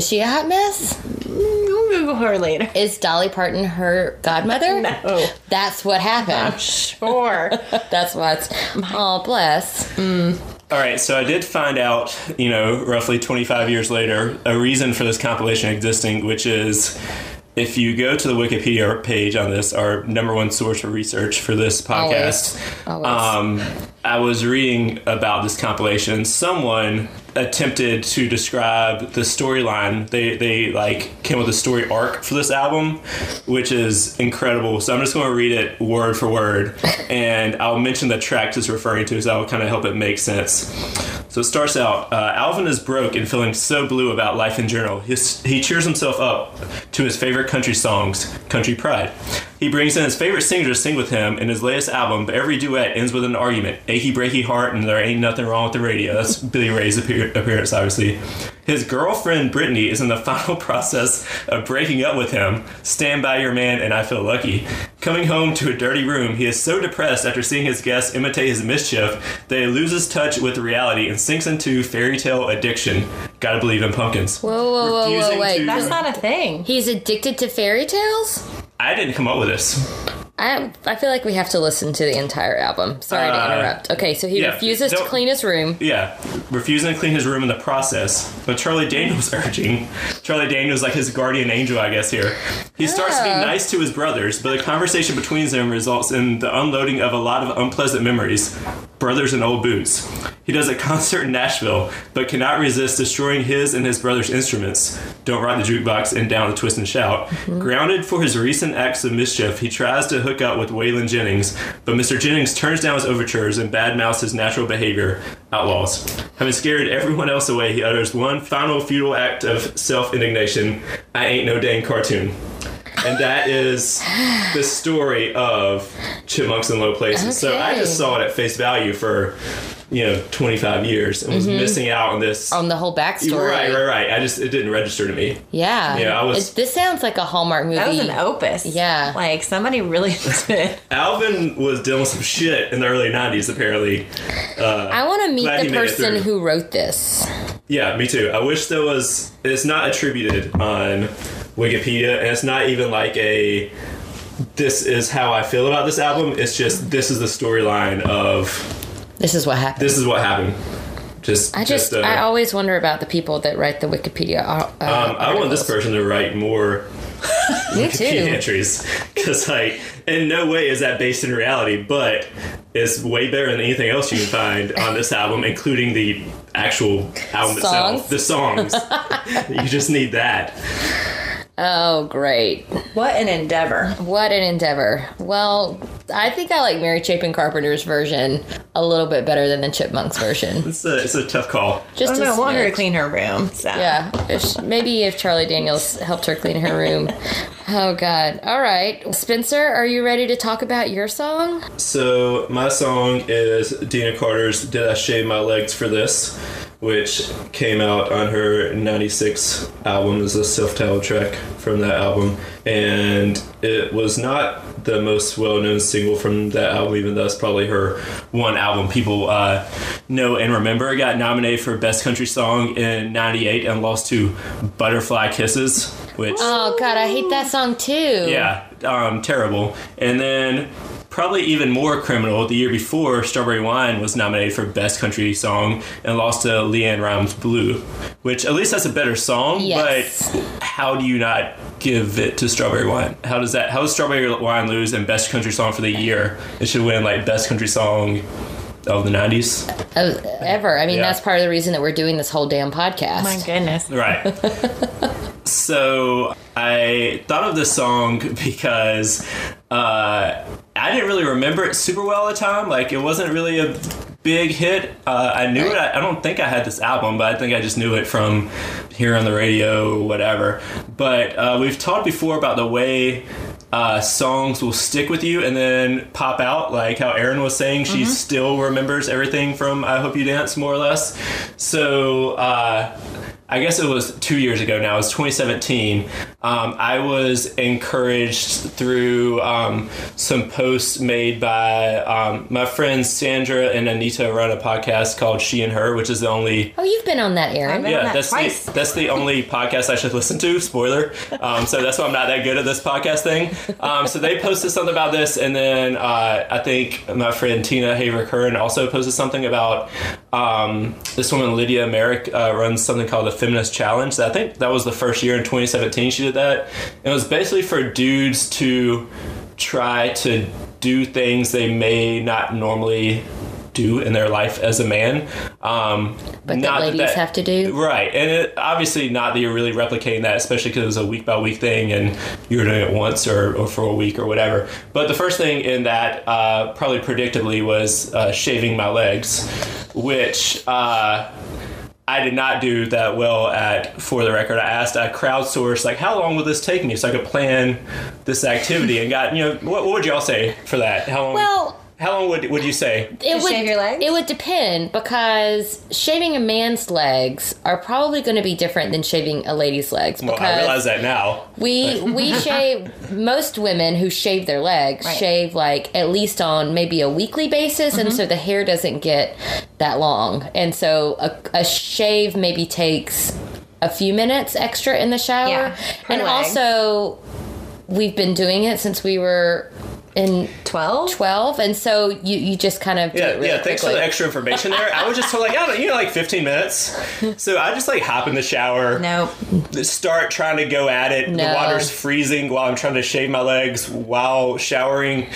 she a hot mess? We'll Google her later. Is Dolly Parton her [laughs] godmother? Oh, That's what [laughs] happened. sure. That's what. Oh, bless. All right, so I did find out, you know, roughly 25 years later, a reason for this compilation existing, which is if you go to the Wikipedia page on this, our number one source for research for this podcast, Always. Um, I was reading about this compilation. Someone attempted to describe the storyline. They they like came with a story arc for this album, which is incredible. So I'm just going to read it word for [laughs] word, and I'll mention the tracks it's referring to, so that will kind of help it make sense. So it starts out uh, Alvin is broke and feeling so blue about life in general. His, he cheers himself up to his favorite country songs, Country Pride. He brings in his favorite singer to sing with him in his latest album, but every duet ends with an argument. Achy breaky heart, and there ain't nothing wrong with the radio. That's Billy Ray's appear- appearance, obviously. His girlfriend Brittany is in the [laughs] final process of breaking up with him. Stand by your man, and I feel lucky. Coming home to a dirty room, he is so depressed after seeing his guests imitate his mischief that he loses touch with reality and sinks into fairy tale addiction. Gotta believe in pumpkins. Whoa, whoa, whoa, whoa, Refusing wait. to- That's not a thing. He's addicted to fairy tales? I didn't come up with this. I, I feel like we have to listen to the entire album. Sorry Uh, to interrupt. Okay, so he yeah, refuses to don't- clean his room. Yeah, refusing to clean his room in the process. But Charlie Daniels [laughs] urging. Charlie Daniels like his guardian angel, I guess. Here, he starts to be Yeah. nice to his brothers, but the conversation between them results in the unloading of a lot of unpleasant memories. Brothers in old boots. He does a [laughs] concert in Nashville, but cannot resist destroying his and his brother's instruments. Don't rock the jukebox and down the twist and shout. Grounded for his recent acts of mischief, he tries to hook up with Waylon Jennings, but Mr. Jennings turns down his overtures and badmouths his natural behavior. Outlaws. Having scared everyone else away, he utters one final futile act of self indignation I ain't no dang cartoon. And that is the story of Chipmunks in Low Places. So I Okay. just saw it at face value for, you know, 25 years and was missing out on this. On the whole backstory. Right, right, right. I just, it didn't register to me. Yeah. Yeah, I was- It- this sounds like a Hallmark movie. That was an opus. Yeah. Like somebody really [laughs] did. Alvin was dealing with some shit in the early 90s, apparently. I want to meet Glad the you made it person through. who wrote this. Yeah, me too. I wish there was. It's not attributed on Wikipedia, and it's not even like a. This is how I feel about this album. It's just this is the storyline of This is what happened. this is what happened. Just, I just, uh, I always wonder about the people that write the Wikipedia. ar- Uh, um, I want this person to write more Me Wikipedia too. entries because, like, in no way is that based in reality, but it's way better than anything else you can find on this album, including the actual album Songs? itself. The songs. you just need that. Oh, great. What an endeavor. What an endeavor. Well, I think I like Mary Chapin Carpenter's version a little bit better than the Chipmunks [laughs] version. It's a, it's a tough call. Just I a don't want her to smidge. clean her room. So. Yeah, if- maybe if Charlie Daniels helped her clean her room. [laughs] Oh God! All right, Spencer, are you ready to talk about your song? So my song is Dina Carter's "Did I Shave My Legs for This," which came out on her '96 album. Is a self-titled track from that album, and it was not the most well-known single from that album. Even though it's probably her one album people uh, know and remember. It got nominated for Best Country Song in '98 and lost to "Butterfly Kisses," which. Oh God, I hate that song too. Yeah, um, terrible. And then probably even more criminal. The year before, Strawberry Wine was nominated for Best Country Song and lost to Leanne Rhymes Blue, which at least that's a better song. Yes. But how do you not give it to Strawberry Wine? How does that? How does Strawberry Wine lose in Best Country Song for the year? It should win like Best Country Song of the '90s. Uh, ever. I mean, Yeah. that's part of the reason that we're doing this whole damn podcast. Oh My goodness. Right. so I thought of this song because uh, I didn't really remember it super well at the time. Like, it wasn't really a big hit. Uh, I knew it. I, I don't think I had this album, but I think I just knew it from here on the radio, whatever. But uh, we've talked before about the way uh, songs will stick with you and then pop out, like how Erin was saying, she still remembers everything from I Hope You Dance, more or less. So, uh, I guess it was two years ago now, it was 2017. Um, I was encouraged through um, some posts made by um, my friends Sandra and Anita run a podcast called She and Her, which is the only Oh, you've been on that, Aaron. I've been on yeah, that that's twice. the [laughs] that's the only podcast I should listen to. Spoiler. Um, so that's why I'm not that good at this podcast thing. Um, so they posted something about this, and then uh, I think my friend Tina Haver Curran also posted something about um, this woman Lydia Merrick uh, runs something called the Feminist Challenge. I think that was the first year in 2017 she did that. And it was basically for dudes to try to do things they may not normally do in their life as a man. Um, But that ladies have to do? Right. And it, obviously, not that you're really replicating that, especially because it was a week by week thing and you were doing it once or, or for a week or whatever. But the first thing in that, uh, probably predictably, was uh, shaving my legs, which. Uh, I did not do that well at for the record. I asked, I crowdsourced, like, how long will this take me so I could plan this activity and got, you know, what, what would y'all say for that? How long? Well, how long would, would you say? it To would shave your legs? it would depend because shaving a man's legs are probably going to be different than shaving a lady's legs Well, because I realize that now. we [laughs] we shave most women who shave their legs Right. Mm-hmm. shave like at least on maybe a weekly basis and so the hair doesn't get that long and so a, a shave maybe takes a few minutes extra in the shower Yeah, per and leg. also we've been doing it since we were in 12? 12 and so you you just kind of do Yeah, it really yeah. Thanks for quickly. the extra information there. I [laughs] was just told, like, I don't, you know, like 15 minutes. So I just like hop in the shower, No. start trying to go at it. The No. water's freezing while I'm trying to shave my legs while showering.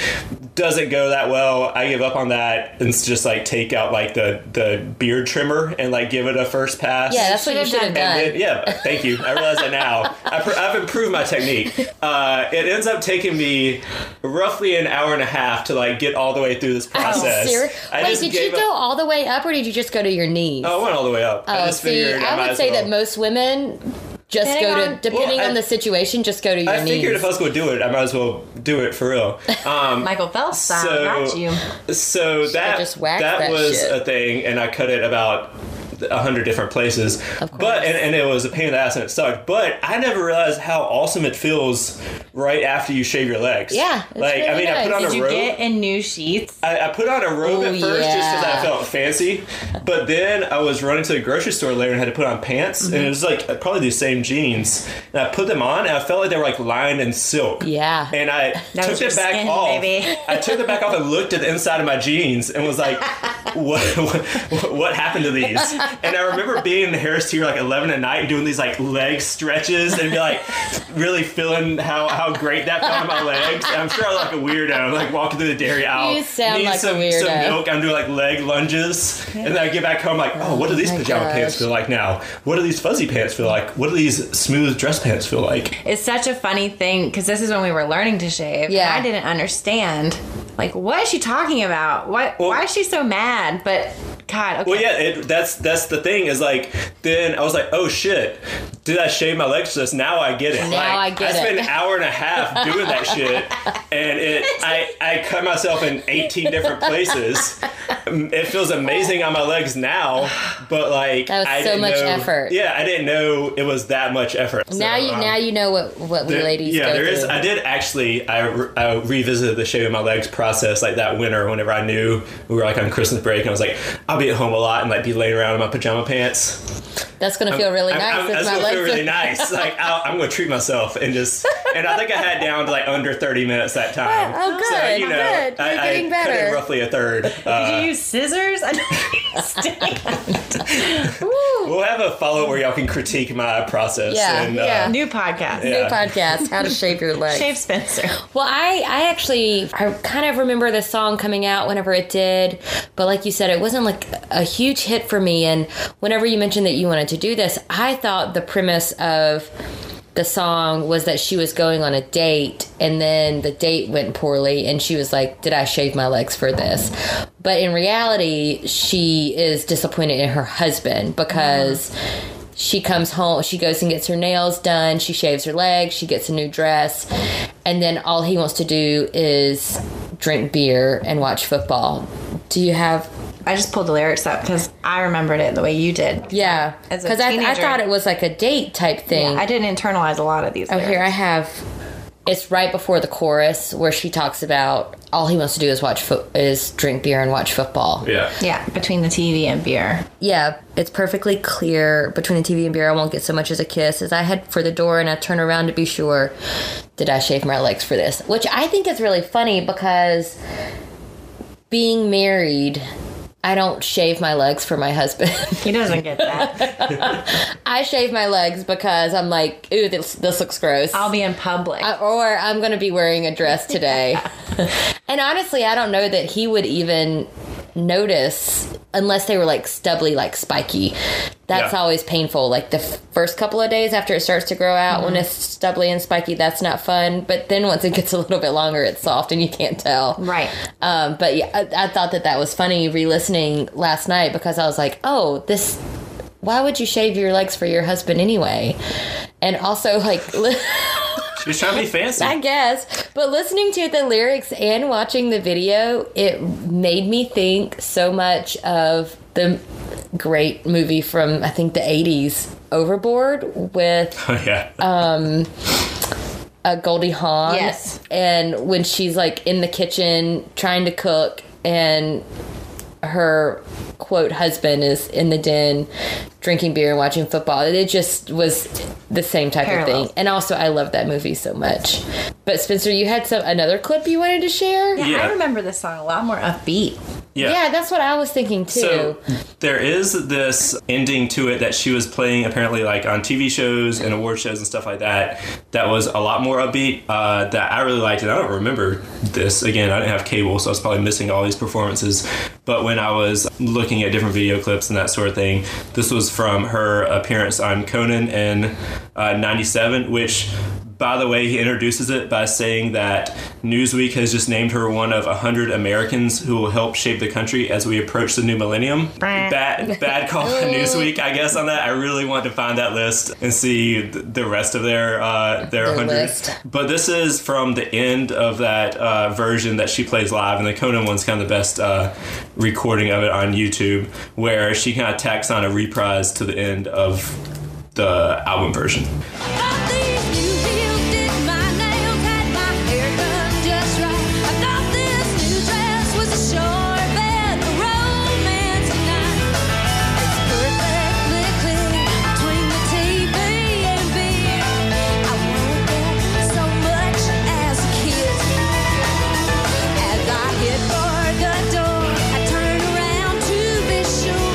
Doesn't go that well. I give up on that and s- just like take out like the the beard trimmer and like give it a first pass. Yeah, that's what you should have done. And then- yeah, thank you. I realize that now. I pr- I've improved my technique. Uh, it ends up taking me roughly an hour and a half to like get all the way through this process. Oh, Seri- I Wait, just did you gave go up- all the way up, or did you just go to your knees? Oh, I went all the way up. I Oh, just see, figured I might would as say well. that most women just Depending go to, on- depending Well, I- on the situation, just go to your I knees. figured if I was going to do it, I might as well do it for real. Um, Michael Phelps style. So- got you. so that just that, whacked that was shit. a thing, and I cut it about a hundred different places. Of course. But and, and it was a pain in the ass and it sucked. But I never realized how awesome it feels right after you shave your legs. Yeah, it's like I really mean, I put nice. on Did a Did you robe. get in new sheets? I, I put on a robe Oh, at first just 'cause just because I yeah. felt fancy, but then I was running to the grocery store later and had to put on pants, Mm-hmm. and it was like probably the same jeans. And I put them on, and I felt like they were like lined in silk. Yeah. And I That took was your it back skin, off. baby. [laughs] I took it back off and looked at the inside of my jeans and was like, what, what, what happened to these? And I remember being in the Harris Teeter like 11 at night and doing these like leg stretches and be like really feeling how, how great that felt on my legs. And I'm sure I was like a weirdo, like walking through the dairy aisle. You sound need like a some, Some weirdo. milk. I'm doing like leg lunges. And then I get back home like, oh, what do these my pajama pants gosh. feel like now? What do these fuzzy pants feel like? What do these smooth dress pants feel like? It's such a funny thing because this is when we were learning to shave. Yeah. And I didn't understand. Like, what is she talking about? What? why is she so mad? But God, okay. Well, yeah, it, that's that's the thing is like then I was like, oh shit, did I shave my legs just now? I get it. Now like, I get I spent it. an hour and a half doing that shit, and it I I cut myself in eighteen different places. Um, It feels amazing on my legs now, but like That was I so didn't much know- effort. Yeah, I didn't know it was that much effort. now So, you um, now you know what what we there- ladies yeah go there is. through. i did actually I, re- I revisited the shaving my legs process like that winter whenever i knew we were like on christmas break and i was like i'll be at home a lot and like be laying around in my pajama pants That's gonna feel really I'm- nice. I'm, with that's my gonna feel legs. really nice like I'll, i'm gonna treat myself and just and i think i had down to like under 30 minutes that time Oh, so good, you know good. You're I, I getting cut it better. roughly a third Did uh, you use scissors? [laughs] I don't understand. we'll have a follow where y'all can critique my process Yeah, and uh, yeah. New podcast. New yeah. podcast, how to shave your legs. Shave Spencer. Well, I, I actually I kind of remember this song coming out whenever it did, but like you said, it wasn't like a huge hit for me. And whenever you mentioned that you wanted to do this, I thought the premise of the song was that she was going on a date and then the date went poorly and she was like, Did I shave my legs for this? But in reality, she is disappointed in her husband because she comes home she goes and gets her nails done she shaves her legs she gets a new dress and then all he wants to do is drink beer and watch football. Do you have? I just pulled the lyrics up because I remembered it the way you did. Yeah, As a because I, I teenager. thought it was like a date type thing. I didn't internalize a lot of these. oh, lyrics. here I have. It's right before the chorus where she talks about all he wants to do is watch fo- is drink beer and watch football. Yeah. Yeah, between the TV and beer. Yeah, it's perfectly clear between the TV and beer. I won't get so much as a kiss as I head for the door and I turn around to be sure. Did I shave my legs for this? Which I think is really funny because being married, I don't shave my legs for my husband. [laughs] He doesn't get that. I shave my legs because I'm like, ooh, this, this looks gross. [laughs] I'll be in public. Uh, or I'm going to be wearing a dress today. and honestly, I don't know that he would even notice unless they were like stubbly, like spiky. That's Yeah. always painful. Like the f- first couple of days after it starts to grow out, when it's stubbly and spiky, that's not fun. But then once it gets a little bit longer, it's soft and you can't tell. right. Um, but yeah, I, I thought that that was funny re-listening last night because I was like, oh, this. Why would you shave your legs for your husband anyway? And also, like, [laughs] li- She's trying to be fancy. I guess. But listening to the lyrics and watching the video, it made me think so much of the great movie from I think the 80s, Overboard with Oh, [laughs] yeah. uh, Goldie Hawn. Yes. And when she's like in the kitchen trying to cook and her quote husband is in the den drinking beer and watching football. It just was the same type of Parallels. thing. And also I love that movie so much. But Spencer, you had some another clip you wanted to share? Yeah, Yeah. I remember this song a lot more upbeat. yeah. Yeah, that's what I was thinking too. So there is this ending to it that she was playing apparently like on TV shows and award shows and stuff like that. That was a lot more upbeat. Uh, that I really liked, and I don't remember this again. I didn't have cable, so I was probably missing all these performances. But when I was looking at different video clips and that sort of thing, this was from her appearance on Conan in uh, '97, which. By the way, he introduces it by saying that Newsweek has just named her one of 100 Americans who will help shape the country as we approach the new millennium. Bad, bad call on Newsweek, I guess, on that. I really want to find that list and see th- the rest of their uh, their, Their 100. list. But this is from the end of that uh, version that she plays live, and the Conan one's kind of the best uh, recording of it on YouTube, where she kind of tacks on a reprise to the end of the album version. Got these new heels, did my nails, had my hair done just right. I thought this new dress was a sure bet for romance tonight. It's perfectly clear between the TV and beer. I wanted that so much as a kid. As I hit for the door, I turned around to be sure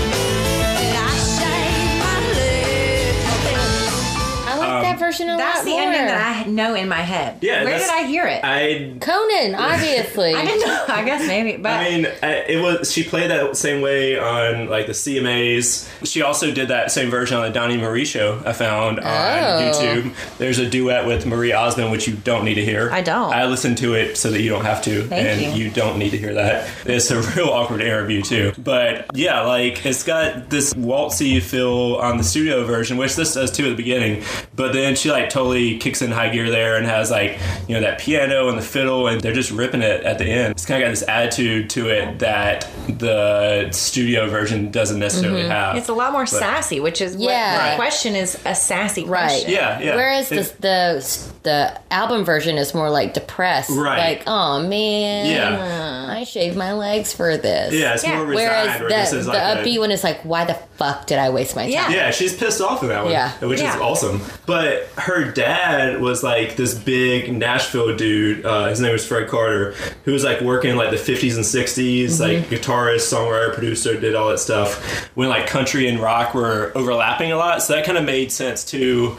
that I shaved my legs. I like um, that version a That's lot the more. ending that I know in my head. Yeah, Where that's- did I hear it? I, I [laughs] Conan, obviously. didn't know. I guess maybe, but I mean, I- it was she played that same way on like the CMAs. She also did that same version on the Donnie Marie show. I found on Oh. YouTube. There's a duet with Marie Osmond, which you don't need to hear. I don't. I listened to it so that you don't have to, Thank and you. you don't need to hear that. It's a [laughs] real awkward interview too. But yeah, like it's got this waltzy feel on the studio version, which this does too at the beginning. But then she like totally kicks in high gear there and has like you know that piano and the fiddle, and they're just ripping it at the end. It's kind of got this attitude to it that the studio version doesn't necessarily have. Mm-hmm. it's a lot more sassy, which is Yeah. what Right. the question is a sassy Right. question. yeah, yeah. Whereas It- the, the the album version is more like depressed, Right. Like, oh man, Yeah. I shaved my legs for this. yeah, it's yeah. more resigned. Whereas where this the, is the like a- upbeat one is like, why the fuck did I waste my time? Yeah. Yeah, she's pissed off in that one, Yeah. which Yeah. is awesome. But her dad was like this big Nashville dude. Uh, his name was Fred Carter, who was like working like the 50s and 60s, like guitarist, songwriter, producer, did all that stuff when like country and rock were overlapping a lot. So that kind of made sense too.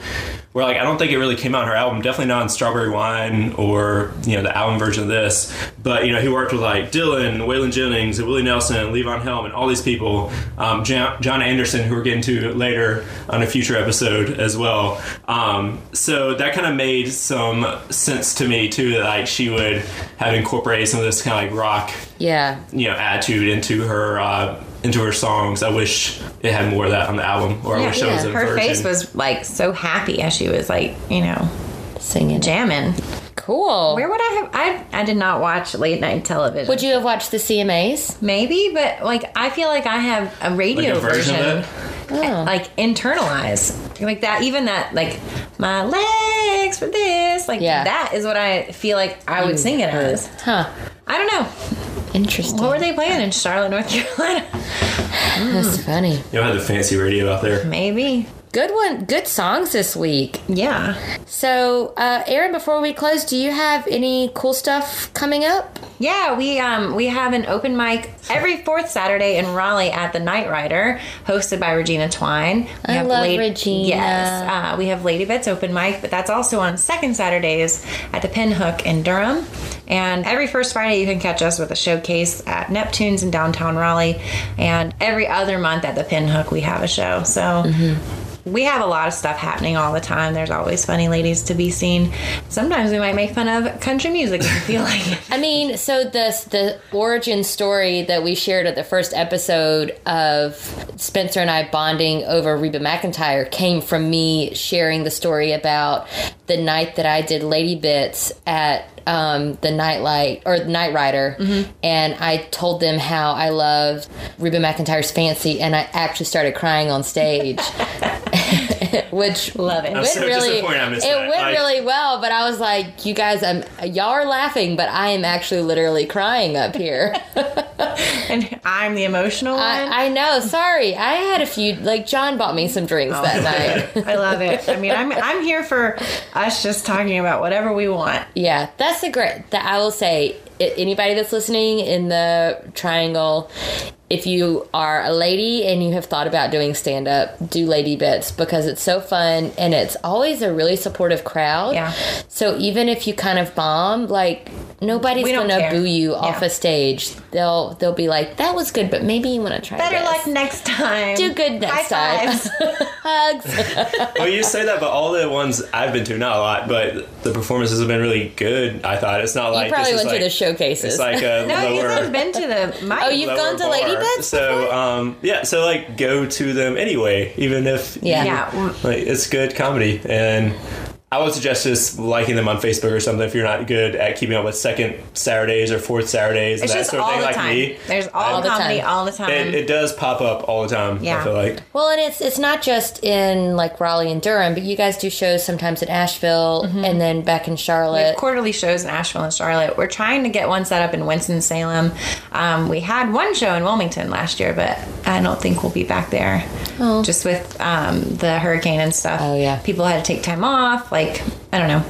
Where like I don't think it really came out on her album, definitely not on Strawberry Wine or you know the album version of this. But you know he worked with like Dylan, Waylon Jennings, and Willie Nelson, and Levon Helm, and all these people. Um, John, John Anderson, who we're getting to later on a future episode as well. Um, so that kind of made some sense to me too that like she would have incorporated some of this kind of like rock Yeah. you know attitude into her uh, into her songs. I wish it had more of that on the album, or I wish that was a Her version. face was like so happy as she was like, you know, singing. jamming. Cool. Where would I have? I I did not watch late night television. would you have watched the CMAs? Maybe, but like I feel like I have a radio Like a version of it? Oh. like internalized like that. Even that like my legs for this like Yeah. that is what I feel like I would sing it as. Huh. I don't know Interesting. what were they playing in Charlotte, North [laughs] Carolina. Mm. That's funny. Y'all had the fancy radio out there. Maybe Good one. Good songs this week. yeah. So, uh, Aaron, before we close, do you have any cool stuff coming up? Yeah, we um we have an open mic every fourth Saturday in Raleigh at the Night Rider, hosted by Regina Twine. We I love Lady- Regina. Yes, uh, we have Lady Bits open mic, but that's also on second Saturdays at the Pinhook in Durham. And every first Friday, you can catch us with a showcase at Neptune's in downtown Raleigh. And every other month at the Pinhook, we have a show. So Mm-hmm. we have a lot of stuff happening all the time. There's always funny ladies to be seen. Sometimes we might make fun of country music if we feel like it. [laughs] I mean, so the the origin story that we shared at the first episode of Spencer and I bonding over Reba McIntyre came from me sharing the story about the night that I did Lady Bits at um, the Nightlight or the Night Rider, and I told them how I loved Reba McIntyre's Fancy, and I actually started crying on stage, [laughs] which Love it. it so disappointed I it missed that. went Like- really well, but I was like, you guys, I'm y'all are laughing, but I am actually literally crying up here. and I'm the emotional one. I, I, I know. Sorry, I had a few. Like John bought me some drinks Oh. [laughs] that night. love it. I mean, I'm I'm here for us just talking about whatever we want. yeah, that's a great. That I will say, i- anybody that's listening in the triangle. If you are a lady and you have thought about doing stand up, do lady bits because it's so fun and it's always a really supportive crowd. Yeah. So even if you kind of bomb, like nobody's We don't gonna care. boo you off Yeah. a stage. They'll they'll be like, "That was good, but maybe you want to try Better this." luck next time. Do good next High time. [laughs] fives. [laughs] Hugs. Well, you say that, but all the ones I've been to, not a lot, but the performances have been really good. I thought it's not like you probably this went is like, to the showcases. It's like a [laughs] no, you lower. have been to the mic. Oh, you've lower gone to bar. Lady Bits So um, yeah, so like go to them anyway, even if Yeah. you- yeah. w- like it's good comedy and. I would suggest just liking them on Facebook or something if you're not good at keeping up with second Saturdays or fourth Saturdays and It's that just sort of all thing the like time. me. There's all, All the comedy time. all the time. It, it does pop up all the time, Yeah. I feel like. well, and it's it's not just in like Raleigh and Durham, but you guys do shows sometimes in Asheville Mm-hmm. and then back in we have Charlotte. quarterly shows in Asheville and Charlotte. We're trying to get one set up in Winston Salem. Um, we had one show in Wilmington last year, but I don't think we'll be back there. Oh. Just with um, the hurricane and stuff. Oh, yeah. people had to take time off. Like I don't know,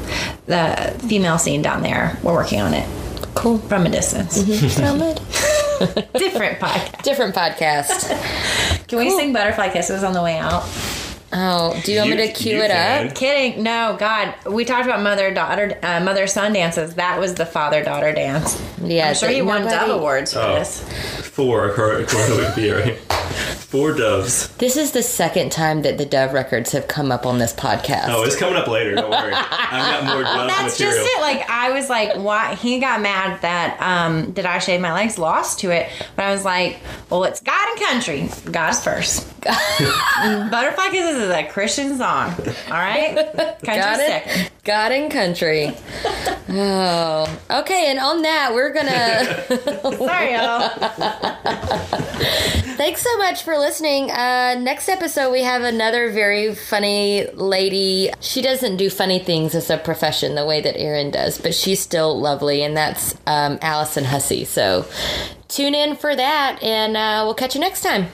the female scene down there. We're working on it Cool. Mm-hmm. from a distance. Summit. [laughs] Different [laughs] podcast. Different [laughs] podcast. Can we sing Butterfly Kisses on the way out? Oh, do you want me You- to cue you it can. up? Kidding. No, God. We talked about mother daughter uh, mother son dances. That was the father daughter dance. Yeah. I'm sure that you won nobody- Dove awards for Oh. this. Four, [laughs] according according to Wikipedia, right? Four doves. This is the second time that the Dove records have come up on this podcast. Oh, it's coming up later, don't worry. I've got [laughs] more dove That's material. just it. Like I was like, why he got mad that um did I shave my legs lost to it, but I was like, well, it's God and country. God is first. Butterfly Kisses is a Christian song. All right, [laughs] Got country it? second. God and [laughs] country. oh. Okay, and on that, we're going [laughs] to. Sorry, y'all. Thanks so much for listening. Uh, next episode, we have another very funny lady. She doesn't do funny things as a profession the way that Erin does, but she's still lovely, and that's um, Allison Hussey. So tune in for that, and uh, we'll catch you next time.